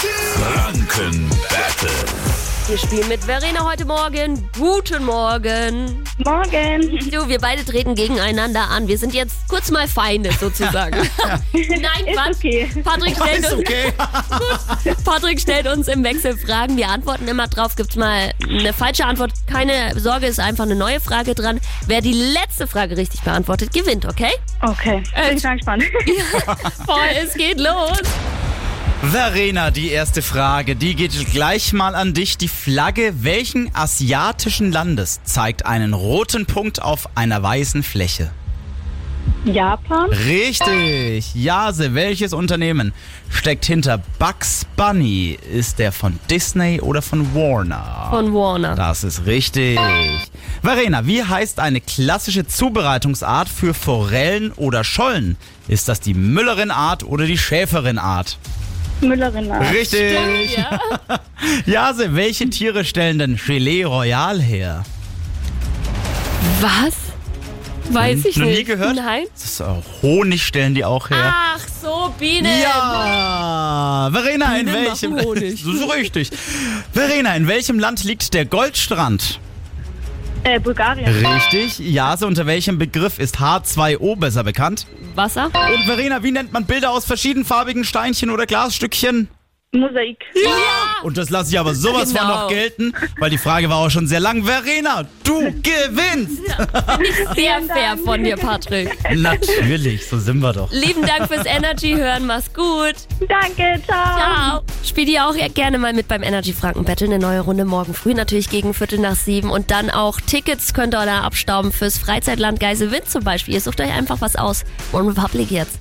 Franken. Wir spielen mit Verena heute Morgen. Guten Morgen. Morgen. Du, wir beide treten gegeneinander an. Wir sind jetzt kurz mal Feinde sozusagen. Nein, Ist Quatsch. okay. Patrick stellt, Ist uns, okay. Patrick stellt uns im Wechsel Fragen. Wir antworten immer drauf. Gibt's mal eine falsche Antwort? Keine Sorge, ist einfach eine neue Frage dran. Wer die letzte Frage richtig beantwortet, gewinnt, okay? Okay. Äh, Bin ich mal gespannt. Voll, es geht los. Verena, die erste Frage, die geht gleich mal an dich. Die Flagge welchen asiatischen Landes zeigt einen roten Punkt auf einer weißen Fläche? Japan. Richtig. Jase, welches Unternehmen steckt hinter Bugs Bunny? Ist der von Disney oder von Warner? Von Warner. Das ist richtig. Verena, wie heißt eine klassische Zubereitungsart für Forellen oder Schollen? Ist das die Müllerin-Art oder die Schäferin-Art? Müllerin. Richtig. Ja. Jase, welche Tiere stellen denn Gelee Royal her? Was? Weiß ich Noch nicht. nie gehört? Nein. Ah, Das ist auch Honig stellen die auch her. Ach so, Bienen. Ja, Verena, in Bienen welchem? machen Honig. So richtig. Verena, in welchem Land liegt der Goldstrand? Äh, Bulgarien. Richtig. Jase, unter welchem Begriff ist H2O besser bekannt? Wasser? Und Verena, wie nennt man Bilder aus verschiedenfarbigen Steinchen oder Glasstückchen? Mosaik. Und das lasse ich aber sowas von Genau. noch gelten, weil die Frage war auch schon sehr lang. Verena, du gewinnst! Sehr fair von dir, Patrick. Natürlich, so sind wir doch. Lieben Dank fürs Energy hören. Mach's gut. Danke. Ciao. Ciao. Spiel dir auch gerne mal mit beim Energy Franken Battle. Eine neue Runde morgen früh natürlich gegen Viertel nach sieben. Und dann auch Tickets könnt ihr da abstauben fürs Freizeitland Geiselwind zum Beispiel. Ihr sucht euch einfach was aus. One Republic jetzt.